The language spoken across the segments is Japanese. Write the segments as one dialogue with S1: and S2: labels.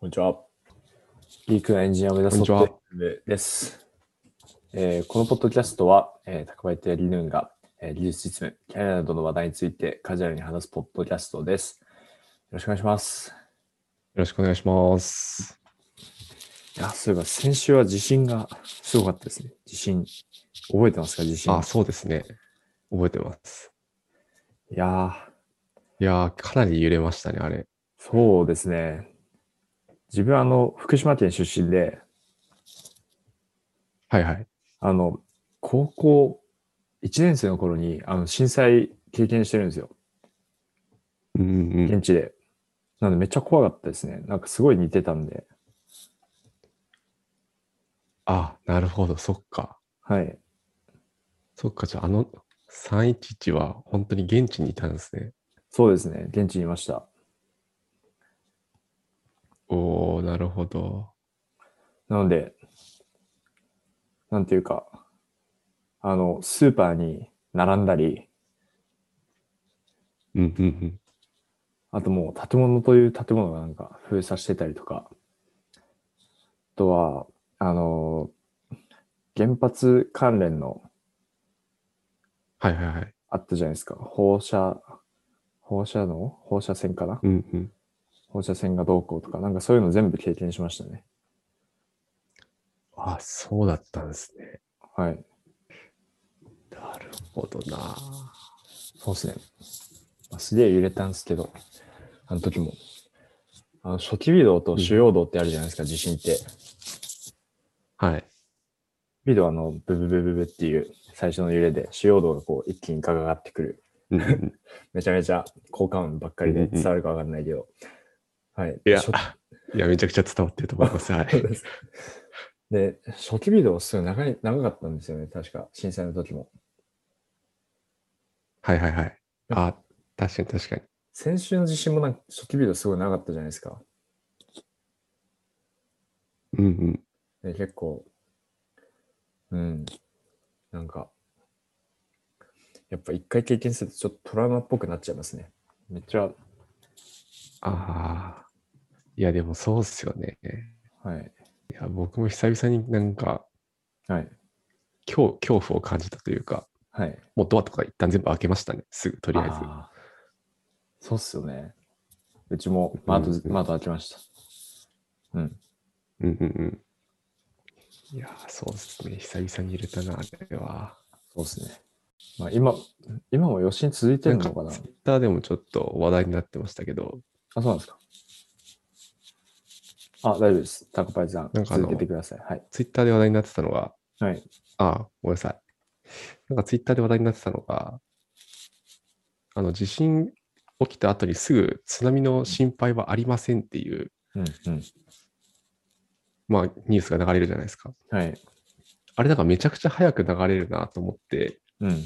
S1: こんにちは。ギークなエンジニアを目指す
S2: こんにちは
S1: ソフトウェアです、えーこのポッドキャストは、えー、高林やリヌンが、えー技術実務、キャリアなどの話題についてカジュアルに話すポッドキャストです。よろしくお願いします。
S2: よろしくお願いします。
S1: いや、そういえば先週は地震がすごかったですね。地震。覚えてますか地震。
S2: あ、そうですね。覚えてます。
S1: いやー、
S2: いやー、かなり揺れましたね、あれ。
S1: そうですね。自分はあの、福島県出身で、
S2: はいはい。
S1: あの、高校1年生の頃にあの震災経験してるんですよ。
S2: うんうんうん。
S1: 現地で。なんでめっちゃ怖かったですね。なんかすごい似てたんで。
S2: あ、なるほど、そっか。
S1: はい。
S2: そっか、じゃあ、あの311は本当に現地にいたんですね。
S1: そうですね。現地にいました。
S2: おー、なるほど。
S1: なので、なんていうか、あの、スーパーに並んだり、
S2: うんうんうん。
S1: あともう建物という建物がなんか封鎖してたりとか、あとは、あの、原発関連の
S2: はいはいはい。
S1: あったじゃないですか。放射、放射能放射線かな
S2: うんうん。
S1: 放射線がどうこうとか、なんかそういうの全部経験しましたね。
S2: あ、そうだったんですね。
S1: はい。
S2: なるほどな。
S1: そうですね。まあすげえ揺れたんですけど、あの時も。あの初期微動と主要動ってあるじゃないですか、地震って。
S2: はい。
S1: 微動はあの、ブブブブブっていう最初の揺れで、主要動がこう一気にガガガってくる。
S2: うんうんうん
S1: めちゃめちゃ効果音ばっかりで
S2: うんうん
S1: 伝わるかわかんないけど。はい。
S2: いや
S1: 初、
S2: いや、めちゃくちゃ伝わってると思います。 はい。
S1: そうですで、初期微動すごい長い、長かったんですよね、確か。震災の時も。
S2: はいはいはい。あ、確かに確かに。
S1: 先週の地震もなんか初期微動すごい長かったじゃないですか。
S2: うんうん。
S1: で結構、うん、なんか、やっぱ一回経験するとちょっとトラウマっぽくなっちゃいますね。めっちゃ、
S2: ああ。いや、でもそうっすよね。
S1: はい、
S2: いや、僕も久々になんか、
S1: はい、
S2: 恐恐怖を感じたというか、
S1: はい。
S2: もうドアとか一旦全部開けましたね。すぐ、とりあえず。
S1: あーそうっすよね。うちもマート、
S2: うん
S1: マート開きました。うん。
S2: うんうんうん。いやー、そうですね。久々に入れたな、あれは。
S1: そうっすね。まあ今、今も余震続いてるのかな
S2: ツイッターでもちょっと話題になってましたけど、
S1: あ、そうなんですか。あ、大丈夫です。タコパイさん、
S2: なんかあの
S1: 続けてください。はい。
S2: ツイッターで話題になってたのが、
S1: はい。
S2: ああ、ごめんなさい。なんかツイッターで話題になってたのが、あの、地震起きた後にすぐ津波の心配はありませんっていう、
S1: うん、うん。
S2: まあ、ニュースが流れるじゃないですか。
S1: はい。
S2: あれ、だからめちゃくちゃ早く流れるなと思って、
S1: うん。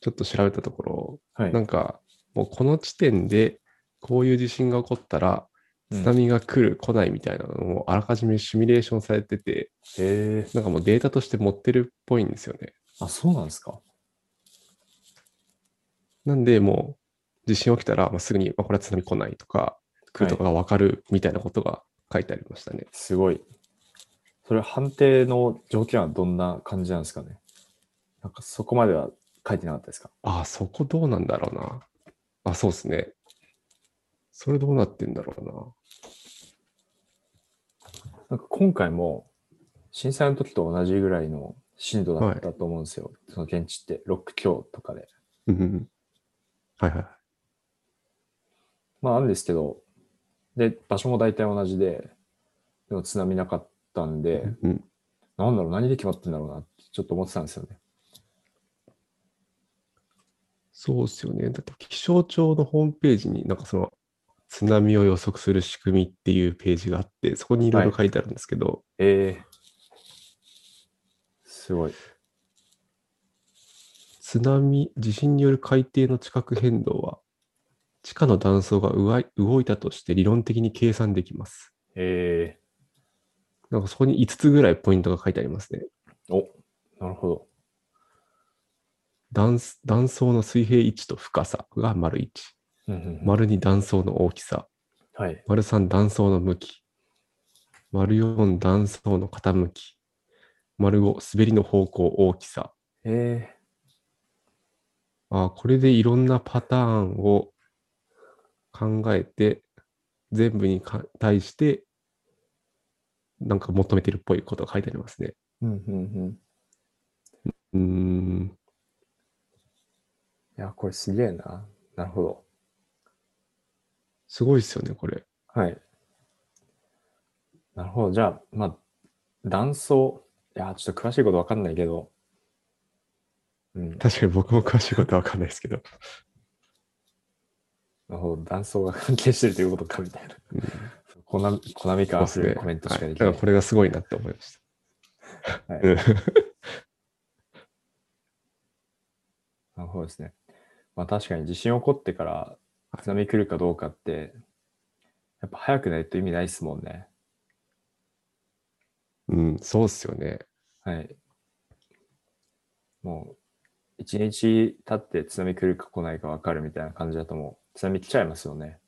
S2: ちょっと調べたところ、
S1: はい。
S2: なんか、もうこの地点で、こういう地震が起こったら、
S1: うん
S2: 津波が来る、来ないみたいなのも、あらかじめシミュレーションされてて、
S1: へえ。
S2: なんかもうデータとして持ってるっぽいんですよね。
S1: あ、そうなんですか。
S2: なんで、もう、地震起きたら、まあ、すぐに、まあ、これは津波来ないとか、来るとかが分かるみたいなことが書いてありましたね。
S1: すごい。それ判定の条件はどんな感じなんですかねなんかそこまでは書いてなかったですか
S2: ああ、そこどうなんだろうな。あ、そうですね。それどうなってんだろうな。
S1: なんか今回も震災の時と同じぐらいの震度だったと思うんですよ。その現地って6強とかで。
S2: うんうん。はいはい。
S1: まああるんですけど、で、場所も大体同じで、でも津波なかったんで、
S2: うん、
S1: なんだろう、何で決まってんだろうなってちょっと思ってたんですよね。
S2: そうですよね。だって気象庁のホームページになんかその津波を予測する仕組みっていうページがあって、そこにいろいろ書いてあるんですけど、
S1: ええすごい。
S2: 津波、地震による海底の地殻変動は、地下の断層が動い動いたとして理論的に計算できます。
S1: え
S2: なんかそこに5つぐらいポイントが書いてありますね。
S1: えお、なるほど。
S2: 断す断層の水平位置と深さが丸1、
S1: うんうんうん
S2: 丸2断層の大きさ、
S1: はい。
S2: 丸3断層の向き、丸4、断層の傾き。丸5、滑りの方向、大きさ。
S1: え
S2: あーこれでいろんなパターンを考えて、全部にか対して、なんか求めてるっぽいことが書いてありますね。
S1: ー、うんうんうん。
S2: うーん。
S1: いや、これすげえな。なるほど。
S2: すごいですよね、これ。
S1: はい。なるほど。じゃあ、まあ、断層。いや、ちょっと詳しいことわかんないけど。うん。な
S2: 確かに僕も詳しいことはわかんないですけど。
S1: るほど。断層が 関係してるということか、みたいな。
S2: うん
S1: コナコナミ
S2: そう
S1: 感
S2: ですすね
S1: るコメントしか
S2: はい
S1: で
S2: だ
S1: きない。
S2: からこれがすごいなって思いまし
S1: は
S2: た。
S1: い
S2: うん
S1: なるほどですね。まあ確かに地震起こってから津波来るかどうかって、やっぱ早くないと意味ないですもんね。
S2: うん、そうっすよね。
S1: はい。もう、一日経って津波来るか来ないか分かるみたいな感じだともう津波来ちゃいますよね。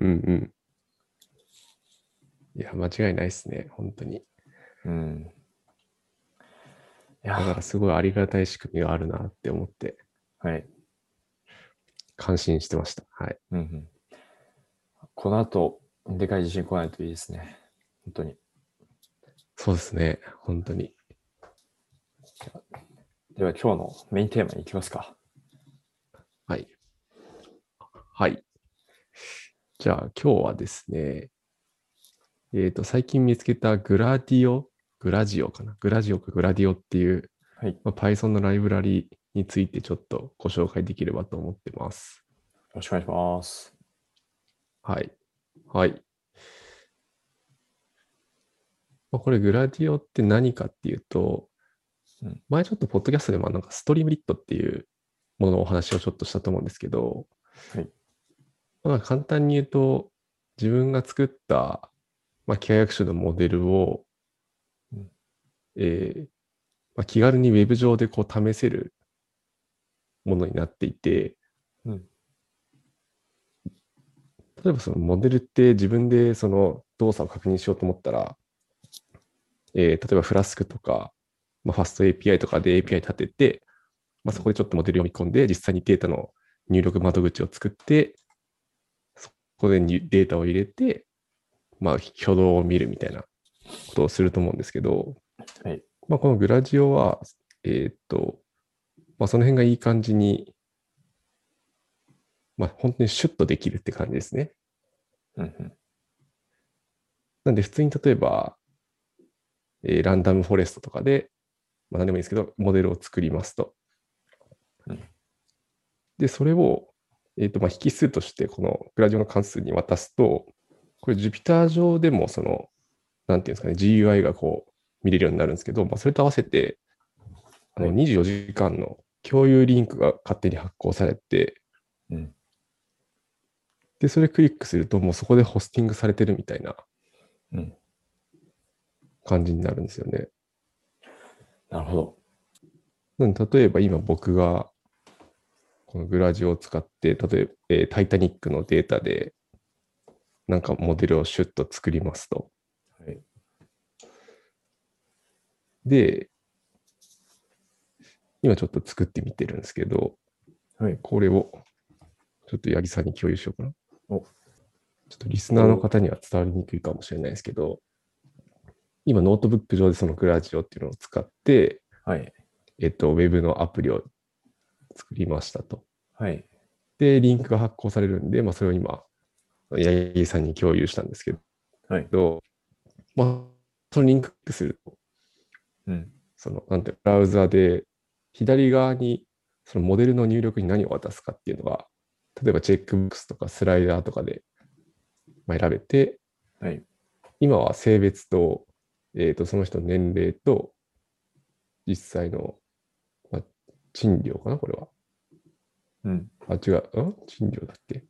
S2: うんうん。いや、間違いないですね、本当に。
S1: うん。い
S2: だか
S1: や
S2: ら、すごいありがたい仕組みがあるなって思って、
S1: はい。
S2: 感心してました。はい。
S1: うんうん。この後、でかい地震来ないといいですね。本当に。
S2: そうですね、本当に。
S1: では今日のメインテーマに行きますか。
S2: はい。はい。じゃあ、今日はですね、えっ、と、最近見つけたグラディオ、グラジオかな、グラジオかグラディオっていう、
S1: はい。
S2: まあ、Python のライブラリについてちょっとご紹介できればと思ってます。
S1: よろしくお願いします。
S2: はい。はい。まあ、これ、グラディオって何かっていうと、
S1: うん
S2: 前ちょっとポッドキャストでもなんかストリームリットっていうもののお話をちょっとしたと思うんですけど、
S1: はい
S2: まあ、簡単に言うと、自分が作った、まあ、機械学習のモデルを、
S1: うん
S2: えーまあ、気軽にウェブ上でこう試せるものになっていて、例えばそのモデルって自分でその動作を確認しようと思ったら、えー例えばフラスクとか、まあ、ファスト API とかで API 立てて、まあ、そこでちょっとモデル読み込んで、実際にデータの入力窓口を作って、そこでにデータを入れて、まあ、挙動を見るみたいなことをすると思うんですけど、
S1: はい
S2: まあ、このグラジオは、えーっと、まあ、その辺がいい感じに、まあ、本当にシュッとできるって感じですね。
S1: うんうん。
S2: なんで普通に例えば、えーランダムフォレストとかで、まあ、何でもいいですけど、モデルを作りますと
S1: うん。
S2: で、それを、えーとまあ、引数として、このグラジオの関数に渡すと、これ Jupyter 上でも、その、なんていうんですかね、GUI がこう見れるようになるんですけど、まあ、それと合わせて、あの
S1: はい
S2: 24時間の共有リンクが勝手に発行されて、
S1: うん
S2: で、それクリックすると、もうそこでホスティングされてるみたいな
S1: うん
S2: 感じになるんですよね。
S1: なるほど。
S2: なんで例えば今僕がこのグラジオを使って、例えば、えータイタニックのデータでなんかモデルをシュッと作りますと。
S1: はい。
S2: で、今ちょっと作ってみてるんですけど、
S1: はい。
S2: これをちょっと八木さんに共有しようかな。
S1: お
S2: ちょっとリスナーの方には伝わりにくいかもしれないですけど、今ノートブック上でそのグラジオっていうのを使って、
S1: はい。
S2: えっと、ウェブのアプリを作りましたと。
S1: はい。
S2: で、リンクが発行されるんで、まあ、それを今、八木さんに共有したんですけ
S1: はい。
S2: ど、まあ、そのリンクすると、
S1: うん。
S2: その、なんていうのブラウザで、左側に、そのモデルの入力に何を渡すかっていうのが、例えばチェックボックスとかスライダーとかで、まあ、選べて、
S1: はい。
S2: 今は性別と、えっ、と、その人の年齢と、実際の、まあ、賃料かな、これは。
S1: うん。
S2: あ、違う、ん賃料だっけ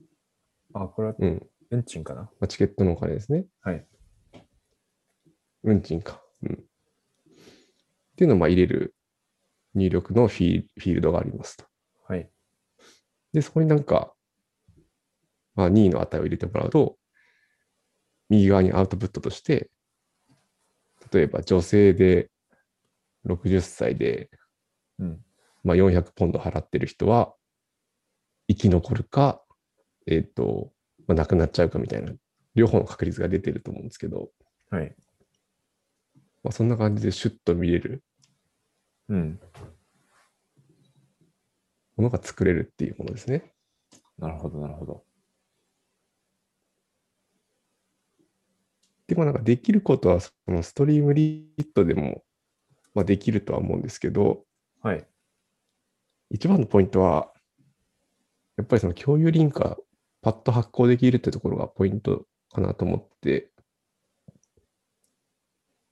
S1: あ、これは
S2: うん。
S1: 運賃かな。
S2: まあ、チケットのお金ですね。
S1: はい。
S2: 運賃か。うん。っていうのをまあ入れる入力のフィーフィールドがありますと。
S1: はい。
S2: で、そこになんか、まあ、任意の値を入れてもらうと、右側にアウトプットとして、例えば女性で60歳で、
S1: うん
S2: まあ、400ポンド払ってる人は、生き残るか、えっ、と、まあ、亡くなっちゃうかみたいな、両方の確率が出てると思うんですけど、
S1: はい。
S2: まあ、そんな感じでシュッと見れる
S1: うん。
S2: ものが作れるっていうものですね。
S1: なるほど、なるほど。
S2: でもなんかできることは、そのストリームリットでも、まあ、できるとは思うんですけど、
S1: はい。
S2: 一番のポイントは、やっぱりその共有リンクがパッと発行できるってところがポイントかなと思って、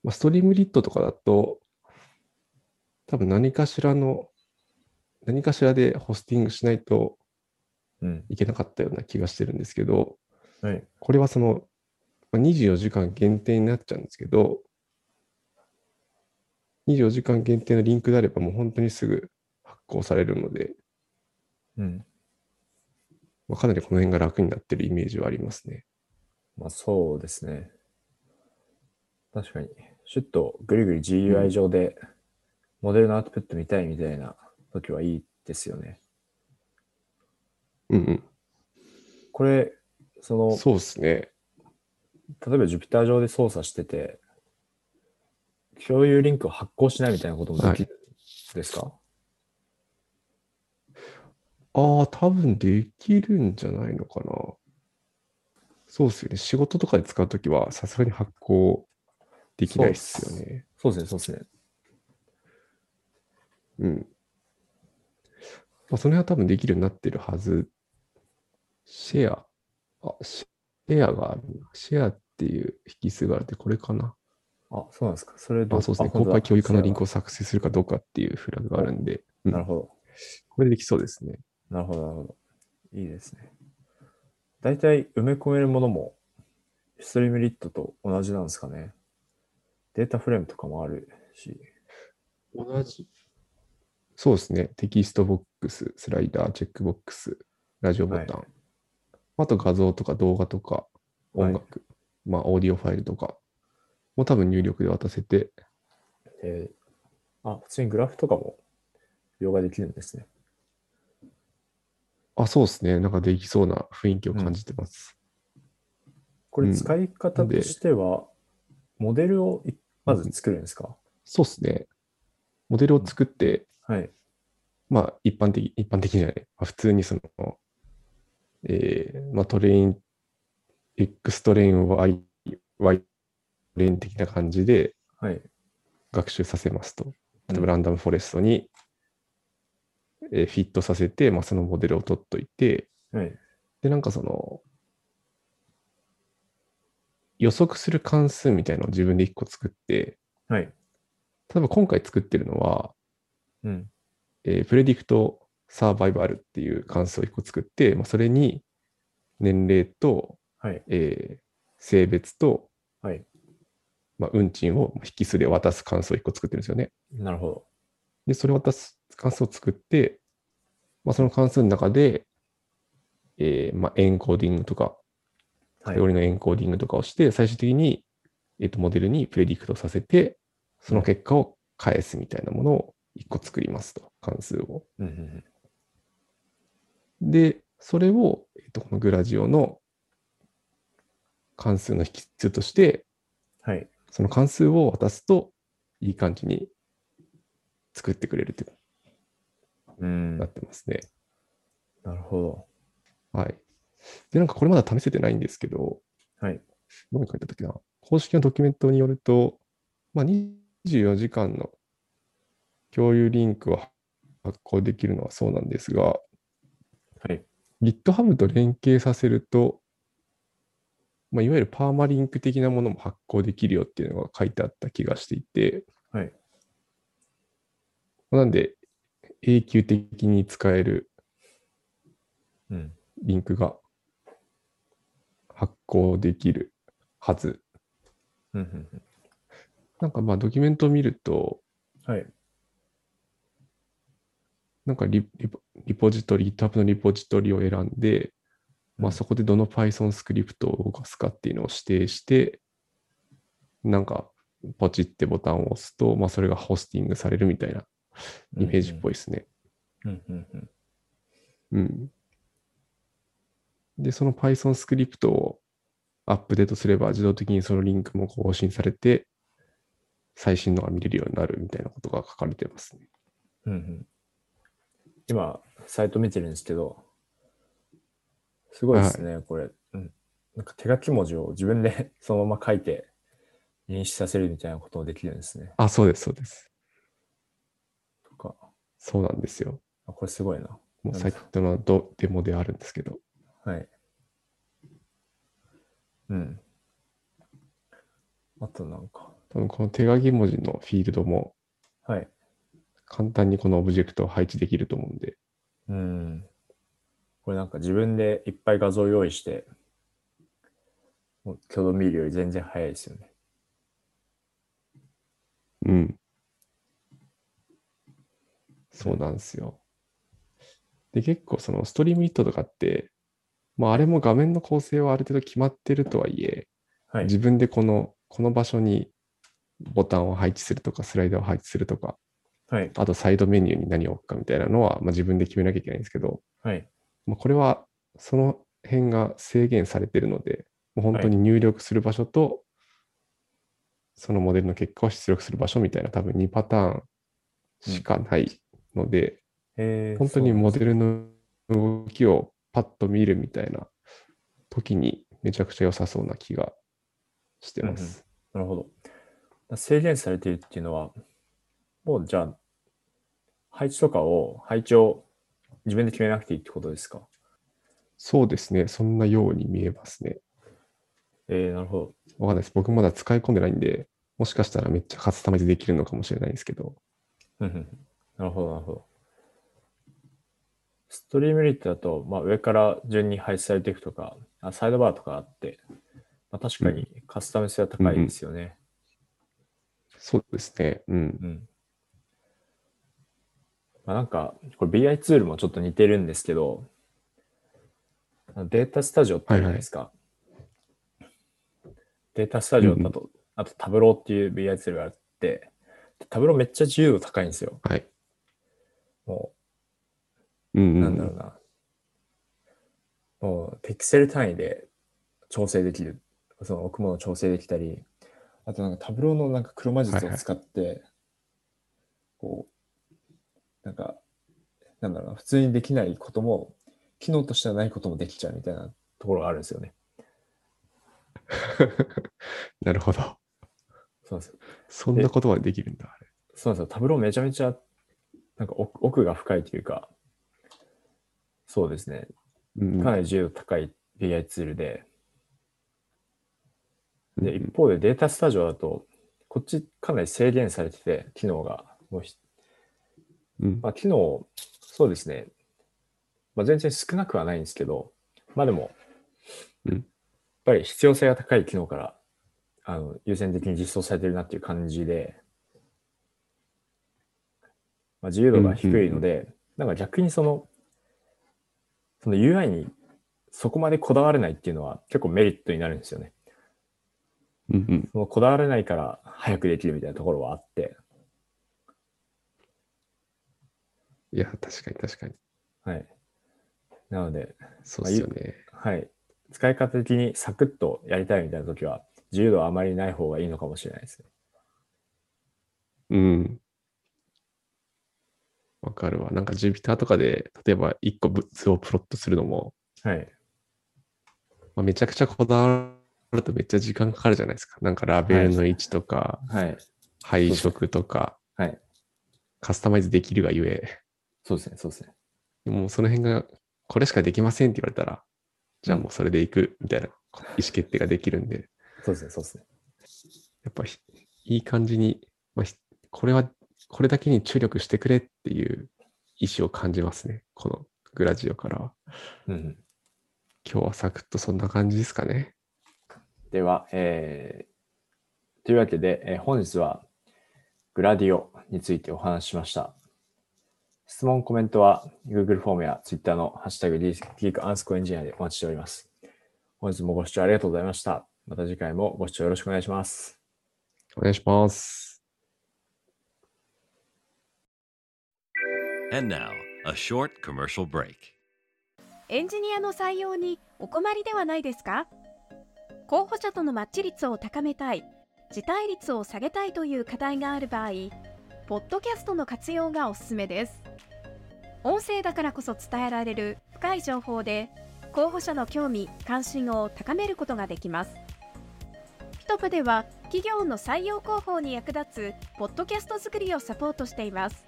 S2: まあ、ストリームリットとかだと、多分何かしらの、何かしらでホスティングしないと
S1: うん。
S2: いけなかったような気がしてるんですけど、
S1: はい。
S2: これはそのまあ24時間限定になっちゃうんですけど、24時間限定のリンクであればもう本当にすぐ発行されるので、
S1: うん。
S2: まあ、かなりこの辺が楽になってるイメージはありますね。
S1: まあそうですね。確かに。シュッとぐりぐり GUI 上でモデルのアウトプット見たいみたいな時はいいですよね。
S2: うん
S1: これ、そ
S2: うん。
S1: の、
S2: そうですね。
S1: 例えば Jupyter 上で操作してて、共有リンクを発行しないみたいなこともできるんですか、
S2: ああ、多分できるんじゃないのかな。そうですよね。仕事とかで使うときは、さすがに発行できないですよね。
S1: そうですね、そうですね。
S2: うん。まあ、その辺は多分できるようになってるはず。シェア。あ、シェアがあるな。シェアっていう引数があるって、これかな。
S1: あ、そうなんですか。それ
S2: あ、そうですね。公開共有化のリンクを作成するかどうかっていうフラグがあるんで、
S1: を
S2: うん
S1: なるほど。
S2: これできそうですね。
S1: なるほど、なるほど。いいですね。大体埋め込めるものも、ストリームリットと同じなんですかね。データフレームとかもあるし。
S2: 同じ。そうですね。テキストボックス、スライダー、チェックボックス、ラジオボタン。
S1: は
S2: あと画像とか動画とか音楽、まあオーディオファイルとかも多分入力で渡せて、
S1: えーあ、普通にグラフとかも描画できるんですね。
S2: あ、そうですね。なんかできそうな雰囲気を感じてます。
S1: これ使い方としては、モデルをいまず作るんですか、
S2: そうですね。モデルを作って、
S1: はい。
S2: まあ一般的、一般的じゃない。まあ、普通にその、えーまあトレイン、X トレイン Y、Y トレイン的な感じで、
S1: はい。
S2: 学習させますと。
S1: うん
S2: 例えばランダムフォレストに、えーフィットさせて、まあ、そのモデルを取っといて、
S1: はい。
S2: で、なんかその、予測する関数みたいなのを自分で1個作って、
S1: はい。
S2: 例えば今回作ってるのは、
S1: うん。
S2: えープレディクトサーバイバルっていう関数を1個作って、まあ、それに年齢と、
S1: はい。
S2: えー性別と、
S1: はい
S2: まあ、運賃を引数で渡す関数を1個作ってるんですよね。
S1: なるほど。
S2: で、それを渡す関数を作って、まあ、その関数の中で、えーまあ、エンコーディングとか、
S1: は
S2: カ
S1: い
S2: テゴ。リーのエンコーディングとかをして、最終的に、えー、とモデルにプレディクトさせて、その結果を返すみたいなものを1個作りますと、関数を。
S1: うんうんうん
S2: で、それを、えー、とこのグラジオの関数の引数として、
S1: はい。
S2: その関数を渡すと、いい感じに作ってくれるというこ
S1: うん。
S2: とにな
S1: な
S2: ってますね。
S1: るほ
S2: はい。で、なんかこれまだ試せてないんですけど、
S1: はい。
S2: どこに書いてあったっけな。公式のドキュメントによると、まあ、24時間の共有リンクは発行できるのはそうなんですが、
S1: はい
S2: GitHub と連携させると、まあ、いわゆるパーマリンク的なものも発行できるよっていうのが書いてあった気がしていて、
S1: はい
S2: なんで、永久的に使える
S1: ど。うん。
S2: リンクが発行できるはず。
S1: うんうんうん
S2: なんかまあドキュメントを見ると、
S1: はい。
S2: なんかリリポリポジトリ、GitHub のリポジトリを選んで、まあ、そこでどの Python スクリプトを動かすかっていうのを指定して、なんか、ポチってボタンを押すと、まあ、それがホスティングされるみたいなイメージっぽいですね。
S1: うんうんうん。
S2: うん。で、その Python スクリプトをアップデートすれば、自動的にそのリンクも更新されて、最新のが見れるようになるみたいなことが書かれてますね。
S1: うんうん、今、サイト見てるんですけど、すごいですね、これ、うん。なんか手書き文字を自分で そのまま書いて認識させるみたいなこともできるんですね。
S2: あ、そうです、そうです。
S1: とか、
S2: そうなんですよ。
S1: あこれすごいな。
S2: もう
S1: な
S2: サ
S1: る
S2: イトのドデモであるんですけど。
S1: はい。うん。あとなんか、
S2: 多分この手書き文字のフィールドも
S1: はい。
S2: 簡単にこのオブジェクトを配置できると思うんで。
S1: うん。これなんか自分でいっぱい画像用意して、もう挙動見るより全然早いですよね。
S2: うん。そうなんですよ。で、結構そのストリームイットとかって、まああれも画面の構成はある程度決まってるとはいえ、
S1: はい。
S2: 自分でこの、この場所にボタンを配置するとか、スライダーを配置するとか、
S1: はい。
S2: あとサイドメニューに何を置くかみたいなのは、まあ、自分で決めなきゃいけないんですけど、
S1: はい。
S2: まあ、これはその辺が制限されているので、もう本当に入力する場所と、そのモデルの結果を出力する場所みたいな多分2パターンしかないので、
S1: えー
S2: 本当にモデルの動きをパッと見るみたいな時にめちゃくちゃ良さそうな気がしてます。
S1: なるほど。制限されているっていうのは、もうじゃあ、配置とかを、配置を自分で決めなくていいってことですか
S2: そうですね。そんなように見えますね。
S1: えー、なるほど。
S2: わかんないです。僕まだ使い込んでないんで、もしかしたらめっちゃカスタマイズできるのかもしれないですけど。
S1: うんうんうんなるほど、なるほど。ストリームリットだと、まあ、上から順に配置されていくとか、あサイドバーとかあって、まあ、確かにカスタム性は高いですよね。
S2: そうですね。うん。
S1: うん。まあ、なんか、これ BI ツールもちょっと似てるんですけど、あのデータスタジオってあるじゃないですか。データスタジオだと、あとタブローっていう BI ツールがあって、タブローめっちゃ自由度高いんですよ。
S2: はい。
S1: も
S2: うん
S1: う、
S2: うん、
S1: なんだろうな。もう、ピクセル単位で調整できる。その奥物を調整できたり、あとなんかタブローのなんか黒魔術を使って、こう、なんか、なんだろうな、普通にできないことも、機能としてはないこともできちゃうみたいなところがあるんですよね。
S2: なるほど。
S1: そうなんですよ。
S2: そんなことはできるんだ。あれ
S1: そうなんですよ。タブローめちゃめちゃ、なんか奥奥が深いというか、そうですね。
S2: うんうん
S1: かなり自由度高い BI ツールで、
S2: うん
S1: で、一方でデータスタジオだと、こっちかなり制限されてて、機能が。もうひ
S2: うん
S1: まあ、機能、そうですね。まあ、全然少なくはないんですけど、まあでも、
S2: うん
S1: やっぱり必要性が高い機能から、あの、優先的に実装されてるなっていう感じで、まあ、自由度が低いので、なんか逆にその、その UI にそこまでこだわれないっていうのは結構メリットになるんですよね。
S2: うんうん
S1: そのこだわれないから早くできるみたいなところはあって、
S2: いや、確かに確かに。
S1: はい。なので、
S2: そうですよね。
S1: はい。使い方的にサクッとやりたいみたいな時は、自由度はあまりない方がいいのかもしれないですね。
S2: うん。わかるわ。なんか Jupyter とかで、例えば1個図をプロットするのも、
S1: はい。
S2: まあ、めちゃくちゃこだわるとめっちゃ時間かかるじゃないですか。なんかラベルの位置とか、
S1: はい。
S2: 配色とか、
S1: はい。
S2: カスタマイズできるがゆえ、
S1: そうですね、そうですね。
S2: もうその辺が、これしかできませんって言われたら、じゃあもうそれでいくみたいな意思決定ができるんで、
S1: そうですね、そうですね。
S2: やっぱひいい感じに、まあ、ひこれは、これだけに注力してくれっていう意思を感じますね。このグラジオからは。
S1: うん。
S2: 今日はサクッとそんな感じですかね。
S1: では、えー、というわけで、えー本日はグラディオについてお話ししました。質問、コメントは Google フォームや Twitter のハッシュタグ DeepAnscoEngineer でお待ちしております。本日もご視聴ありがとうございました。また次回もご視聴よろしくお願いします。
S2: お願いします。
S3: And now, a short commercial break.
S4: エンジニアの採用にお困りではないですか候補者とのマッチ率を高めたい、辞退率を下げたいという課題がある場合、ポッドキャストの活用がおすすめです。音声だからこそ伝えられる深い情報で、候補者の興味・関心を高めることができます。ヒトプでは、企業の採用広報に役立つポッドキャスト作りをサポートしています。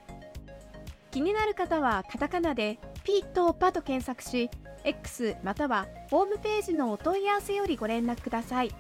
S4: 気になる方はカタカナで「ピートパ」と検索し X またはホームページのお問い合わせよりご連絡ください